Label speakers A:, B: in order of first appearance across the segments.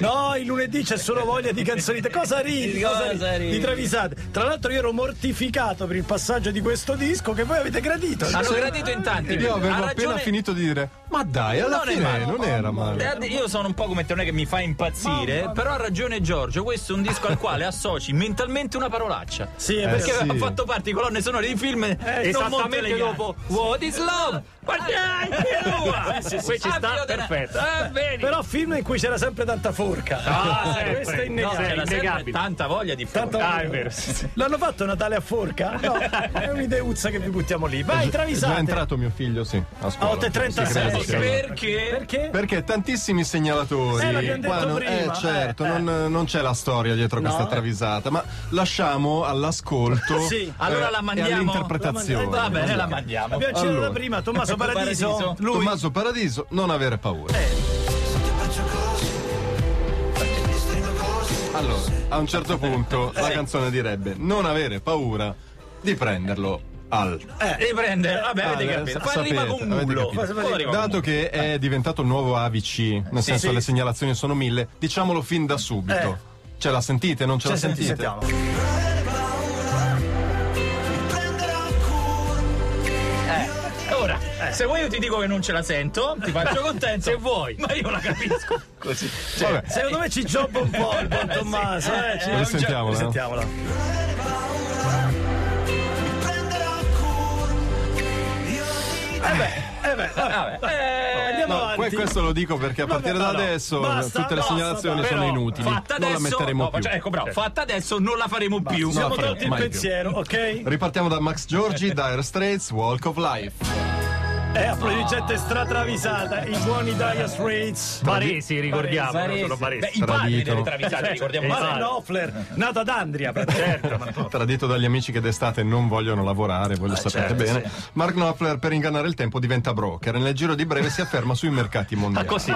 A: No, il lunedì c'è solo voglia di canzonite. Cosa ridi?
B: Cosa
A: ridi?
B: ridi?
A: Di travisate. Tra l'altro io ero mortificato per il passaggio di questo disco che voi avete gradito.
B: Hanno
A: Cioè,
B: gradito in tanti.
C: Io avevo
B: Ha
C: appena
B: ragione-
C: finito di dire, ma dai, alla
B: Non è
C: fine
B: male.
C: non era male.
B: Eh, Io sono un po' come te, non è che mi fa impazzire, però ha ragione Giorgio, questo è un disco al quale associ mentalmente una parolaccia.
A: Sì, è
C: Eh,
A: vero.
B: Perché
C: sì. Eh,
B: ha fatto parte di colonne sonore di film non molto
D: esattamente
B: elegante. Ah, eh,
D: dopo.
B: What is love?
C: eh,
B: Guarda anche tua!
D: Sì, sì, sì, ci sta, perfetto.
B: Ah, vedi.
A: Però film in cui c'era sempre tanta forca.
D: Ah, sempre.
A: questo è
B: No,
D: sì,
A: innegabile.
B: c'era sempre
D: innegabile.
B: tanta voglia di fare.
A: Tanta
D: Ah, è vero. sì, sì.
A: L'hanno fatto Natale a forca? No, è un'ideuzza che vi buttiamo lì. Vai,
C: È già
A: travisate.
C: entrato mio figlio, sì, a scuola.
A: A 8.36.
C: Sì, credo,
A: Sì,
C: sì.
B: Perché?
A: Perché?
C: Perché tantissimi segnalatori.
A: Eh, l'abbiamo detto
C: non-
A: prima,
C: eh, certo,
A: eh, eh.
C: Non, non c'è la storia dietro questa travisata, ma lasciamo all'ascolto eh,
A: Sì,
B: allora la mandiamo- Eh,
C: e
A: la
C: all'interpretazione.
B: Va
A: mandiamo-
B: bene, la mandiamo.
A: Abbiamo citato
C: Allora. eh,
A: prima Tommaso Paradiso.
B: Paradiso.
A: Lui.
C: Tommaso Paradiso, non avere paura. Allora, a un certo punto la canzone direbbe non avere paura di prenderlo al
B: Eh, riprende, vabbè, avete
C: Ah,
B: capito.
C: sa-
B: Fa rima
C: sapete,
B: con
C: avete
B: nullo.
C: capito.
B: Fa rima con
C: Dato
B: nullo.
C: che è diventato il nuovo AVC, nel senso
A: Eh. sì.
C: le segnalazioni sono mille, diciamolo fin da subito. Ce la sentite? Non ce, la
A: Senti,
C: sentite?
A: sentiamo.
B: Ora, se vuoi io ti dico che non ce la sento, ti faccio contento. se vuoi. Ma io la capisco. Così.
C: Vabbè,
A: Secondo me ci gioca un po' il buon Tommaso. eh, ci-
C: risentiamola.
A: Risentiamola. Andiamo
B: Eh,
C: no,
A: avanti.
C: que- questo lo dico perché a partire
A: no,
C: da
A: no.
C: adesso
A: Basta,
C: tutte le
A: basta,
C: segnalazioni
A: però,
C: sono inutili.
B: Fatta
C: non
B: adesso,
C: la metteremo
B: no,
C: più.
A: cioè,
B: faccia- ecco, bravo. Fatta adesso non la faremo più.
C: no.
A: Siamo
C: Fra-
A: tolti il
C: mai più.
A: pensiero, ok?
C: Ripartiamo da Max Giorgi, Dire Straits, Walk of Life.
A: È applaudicente stratravisata, i buoni Dire Straits.
D: Baresi, ricordiamo, sono
B: Beh,
D: Baresi.
B: i padri
C: Tradito.
B: delle travisate, ricordiamo.
A: Maren
B: Maren
A: Knopfler, nato ad Andria, praticamente.
C: Tradito dagli amici che d'estate non vogliono lavorare,
A: Eh,
C: voi lo sapete
A: certo,
C: bene. Mark Knopfler, per ingannare il tempo, diventa broker e nel giro di breve si afferma sui mercati
A: Ah,
C: mondiali.
D: Così.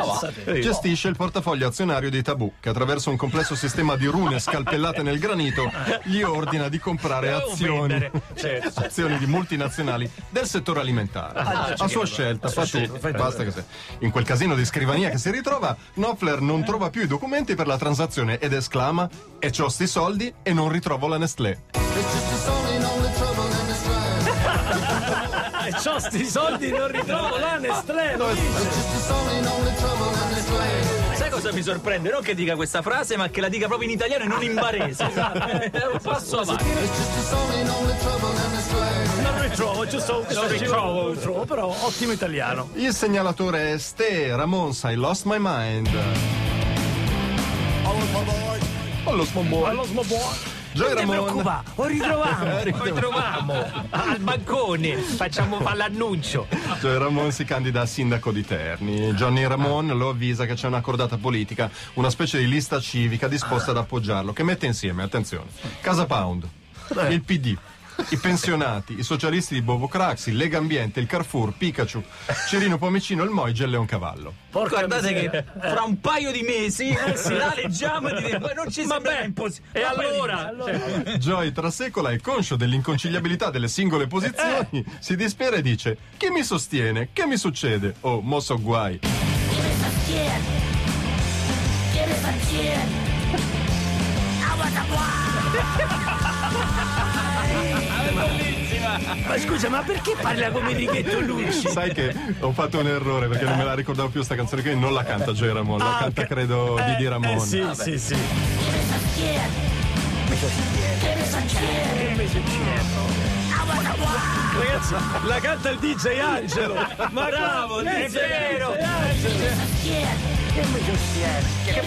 C: Gestisce il portafoglio azionario di Tabù, che attraverso un complesso sistema di rune scalpellate nel granito gli ordina di comprare
D: Devo
C: azioni,
D: vendere. Certo.
C: azioni di multinazionali del settore alimentare.
D: Ah,
C: A
D: certo.
C: sua scelta, fa tu. Basta che se- In quel casino di scrivania che si ritrova, Knopfler non trova più i documenti per la transazione ed esclama: E c'ho sti soldi e non ritrovo la Nestlé.
A: E Eh, c'ho sti soldi, non ritrovo la Nestlé. lo dice.
B: Sai cosa mi sorprende? Non che dica questa frase, ma che la dica proprio in italiano e non in barese. Eh, È un passo avanti.
A: Non ritrovo, giusto non ritrovo. Non ritrovo, però ottimo italiano.
C: Il segnalatore è Ste Ramons, I lost my mind. I lost my mind.
A: Allo smobo.
C: Joy Ramon.
A: lo ritroviamo.
B: Poi troviamo al bancone.
D: Facciamo fa l'annuncio.
C: Joey Cioè, Ramon si candida a sindaco di Terni. Johnny Ramon lo avvisa che c'è una cordata politica, una specie di lista civica disposta ad appoggiarlo, che mette insieme, attenzione, Casa Pound, il PD. I pensionati, i socialisti di Bobo Craxi, Lega Ambiente, il Carrefour, Pikachu, Cirino Pomicino, il Moige e Leoncavallo.
B: Guardate che fra un paio di mesi
A: Eh,
B: si la leggiamo e diremo, non ci sembra impossibile.
D: E allora?
A: Cioè,
C: Joy Trasecola è conscio dell'inconciliabilità delle singole posizioni, si dispera e dice: Chi mi sostiene? Che mi succede? Oh, mo so guai.
E: Give me some skin. Give me some skin. I want some wine.
A: Ma scusa, ma perché parla come Righetto Lucci?
C: Sai che ho fatto un errore perché non me la ricordavo più sta canzone qui, non la canta Joy Ramon, la
A: Ah,
C: canta
A: ok.
C: credo
A: Eh,
C: Didi Ramon.
A: Eh, sì, sì, sì.
E: Give me some skin. Give me some skin. I want some wine.
A: Ragazzi, la canta il DJ Angelo. Ma bravo, è vero. Angelo.
E: Skin. Give me some skin. Give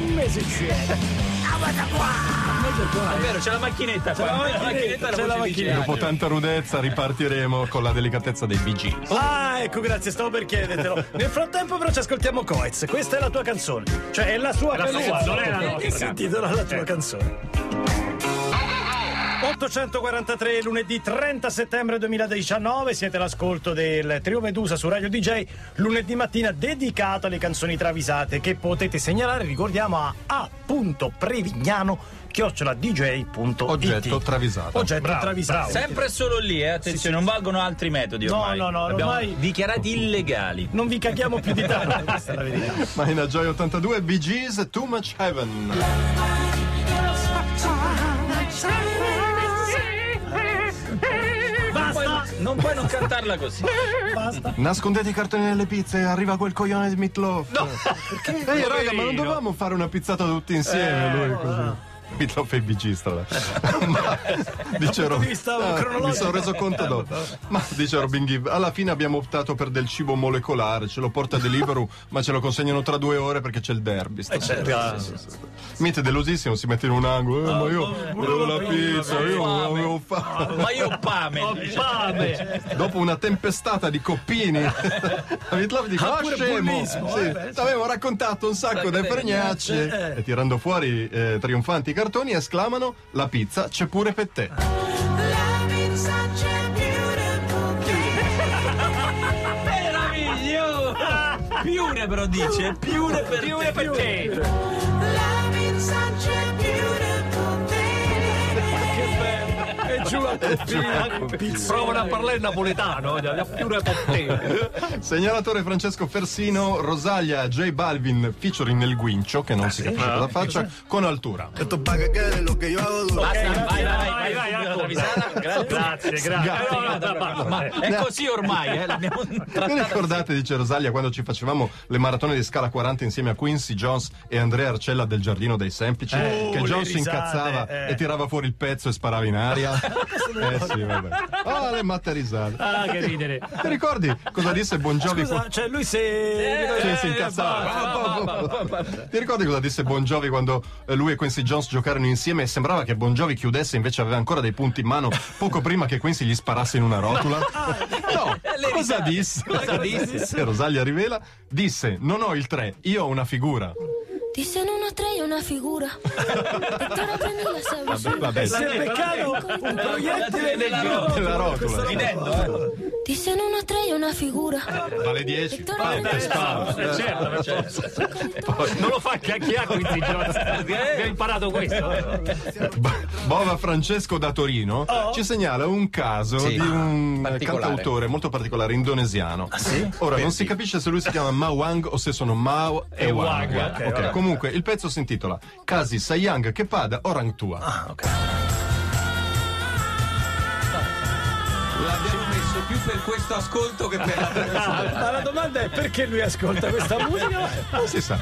E: me some skin. I want some wine.
B: È vero, c'è la macchinetta qua.
A: la macchinetta, c'è la
B: voce di
A: macchinetta.
C: Dopo
B: Angelo.
C: tanta rudezza ripartiremo con la delicatezza dei Bee Gees.
A: Ah, ecco, grazie, stavo per chiedertelo. Nel frattempo, però, ci ascoltiamo Coez. Questa è la tua canzone. Cioè, è la sua
D: La
A: canzone.
D: sua, non è la
A: E
D: nostra.
A: si intitola la tua canzone. 843 lunedì 30 settembre 2019 siete all'ascolto del Trio Medusa su Radio DJ lunedì mattina dedicato alle canzoni travisate che potete segnalare ricordiamo a a.prevignano chiocciola dj.it
C: Oggetto travisato.
A: oggetto
D: Bravo,
A: travisato
D: bravo.
B: Sempre solo lì, eh, attenzione, non valgono altri metodi
A: No,
B: ormai.
A: no, no,
B: Li abbiamo
A: ormai-
B: dichiarati illegali.
A: non vi caghiamo più di tanto questa è la verità
C: Ma in Joy 82 Bee Gees Too Much Heaven.
A: basta
B: Puoi- non puoi non cantarla così.
A: basta
C: Nascondete i cartoni nelle pizze, arriva quel coglione di Meatloaf. No, perché? Ehi, Eh, raga, ma non
D: Poverino.
C: dovevamo fare una pizzata tutti insieme, lui così. Meatloaf e i Bee Gees, tra l'altro. ma, dice Rob-
A: di vista
C: Ah, mi
A: cronologico.
C: sono reso conto dopo. Ma dice Robin Gibb, alla fine abbiamo optato per del cibo molecolare, ce lo porta Deliveroo, ma ce lo consegnano tra due ore perché c'è il derby. stasera. Eh, certo. Sì, sì, sì. Meat è delosissimo, si mette in un angolo, eh, ma io volevo la pizza, io avevo fame.
B: Ma io pame.
D: Fame!
C: Dopo una tempestata di coppini, Mitlov dice: Ah, scemo! Sì, T'avevo raccontato un sacco di fregnacce. E tirando fuori eh, trionfanti i cartoni, esclamano: La pizza c'è pure per te.
B: Meraviglioso! Piure però dice, piure per piure per te.
A: e giù la
D: Provano a parlare in napoletano, da più una te.
C: Segnalatore Francesco Fersino, Rosalia J Balvin featuring nel guincio, che non si capisce Ah, cosa faccia, con altura.
F: Esto para que quede lo que yo hago duro.
B: Basta, vai, vai, vai,
D: Vai, vai,
B: signora
D: Jacopo.
B: Travisana, grazie.
D: Grazie, grazie. Eh, no, no, da parte.
B: Ma è così ormai, eh, l'abbiamo
C: Vi
B: trattata.
C: ricordate, dice Rosalia, quando ci facevamo le maratone di scala 40 insieme a Quincy Jones e Andrea Arcella del Giardino dei Semplici? che
A: le
C: Jones si
A: risate,
C: incazzava
A: eh.
C: e tirava fuori il pezzo e sparava in aria? eh sì, vabbè. Ah, le matte risate.
D: Ah, che ridere.
C: Ti ricordi cosa disse Bongiovi?
A: scusa cioè lui
D: Eh,
A: se
C: Sì, si incazzava. Ti ricordi cosa disse Bongiovi quando eh, lui e Quincy Jones giocarono insieme e sembrava che Bongiovi chiudesse, invece aveva ancora dei punti in mano poco prima che Quincy gli sparasse in una rotola? No,
B: Le
C: cosa
B: risate.
C: disse? Cosa disse? Rosalia rivela, disse: Non ho il 3, io ho una figura.
G: Dicen una estrella, una figura. Doctora, prende la
C: Vabbè,
G: sabrosura.
C: vabbè.
A: se beccato un proiettile nella roba
C: Nella rotola.
B: Ridendo, eh.
G: Dicen una estrella, una figura.
C: Vale 10.
G: Doctora, prende la
D: Eh, certo, ma c'è- non lo fa chiacchierare con i Jones. Mi ha imparato questo. eh.
C: Bo- Bova Francesco da Torino ci segnala un caso di un eh,
H: Particolare.
C: cantautore molto particolare indonesiano. Ora non si capisce se lui si chiama Ma Wang o se sono Mao e Wang. Ok, Comunque il pezzo si intitola Casi Sayang che pada orang tua.
H: L'abbiamo messo più per questo ascolto che per la
A: ma la domanda è perché lui ascolta questa musica
C: Non Ah, si sa.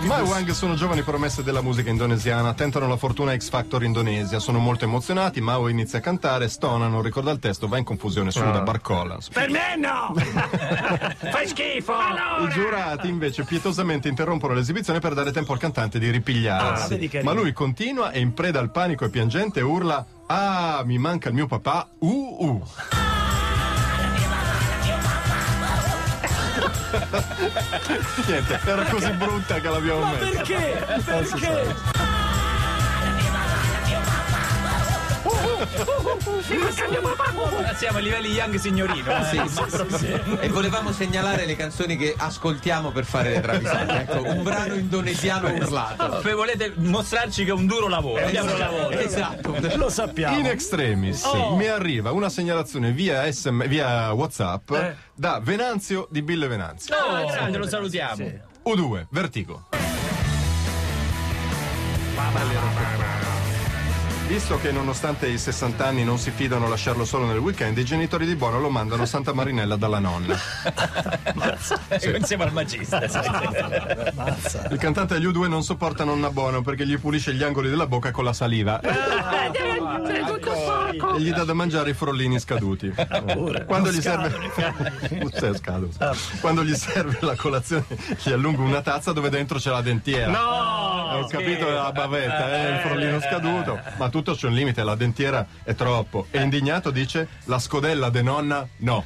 C: Ma e Wang sono giovani promesse della musica indonesiana, tentano la fortuna a X Factor Indonesia, sono molto emozionati, Mao inizia a cantare, stona, non ricorda il testo, va in confusione, suda, barcolla.
D: Per me no! Fai schifo!
C: I giurati invece pietosamente interrompono l'esibizione per dare tempo al cantante di ripigliarsi. Ma lui continua e in preda al panico e piangente urla Ah, mi manca il mio papà, uh uh. Niente, era così brutta che l'abbiamo messa.
A: perché perché
B: siamo ai livelli Young signorino. eh.
H: E volevamo segnalare le canzoni che ascoltiamo per fare le travisate. Ecco, un brano indonesiano urlato.
B: Se volete mostrarci che è un duro lavoro, è un duro lavoro.
H: Esatto.
A: lo sappiamo
C: In extremis mi arriva una segnalazione via, SM via WhatsApp da Venanzio di Bille Venanzio.
B: No, grande, lo salutiamo.
C: U2, Vertigo. Visto che nonostante i 60 anni non si fidano a lasciarlo solo nel weekend, i genitori di Bono lo mandano a Santa Marinella dalla nonna.
B: Insieme Eh, al magista.
C: Il cantante degli U2 non sopporta nonna Bono perché gli pulisce gli angoli della bocca con la saliva. e gli dà da mangiare i frollini scaduti. Quando gli serve. Sì, scadole. Quando gli serve la colazione, gli allungo una tazza dove dentro c'è la dentiera.
D: No!
C: Ho capito la bavetta, eh, il frollino scaduto, ma tutto c'è un limite, la dentiera è troppo. E indignato dice la scodella de nonna no.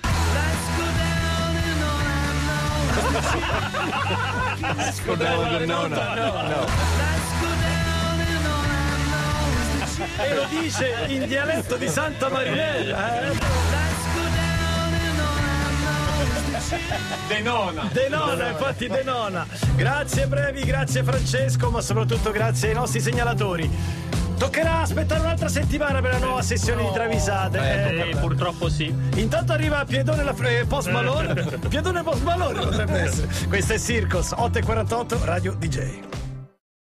C: La scodella de nonna no.
A: e lo dice in dialetto di Santa Marinella. Eh?
D: De nona.
A: De Nona, infatti De Nona. Grazie Brevi, grazie Francesco, ma soprattutto grazie ai nostri segnalatori. Toccherà aspettare un'altra settimana per la nuova sessione di travisate. Eh,
D: Eh, purtroppo sì.
A: Intanto arriva Piedone la eh, Post Malone. Piedone Post Malone potrebbe essere. Questo è Circos 848 Radio DJ.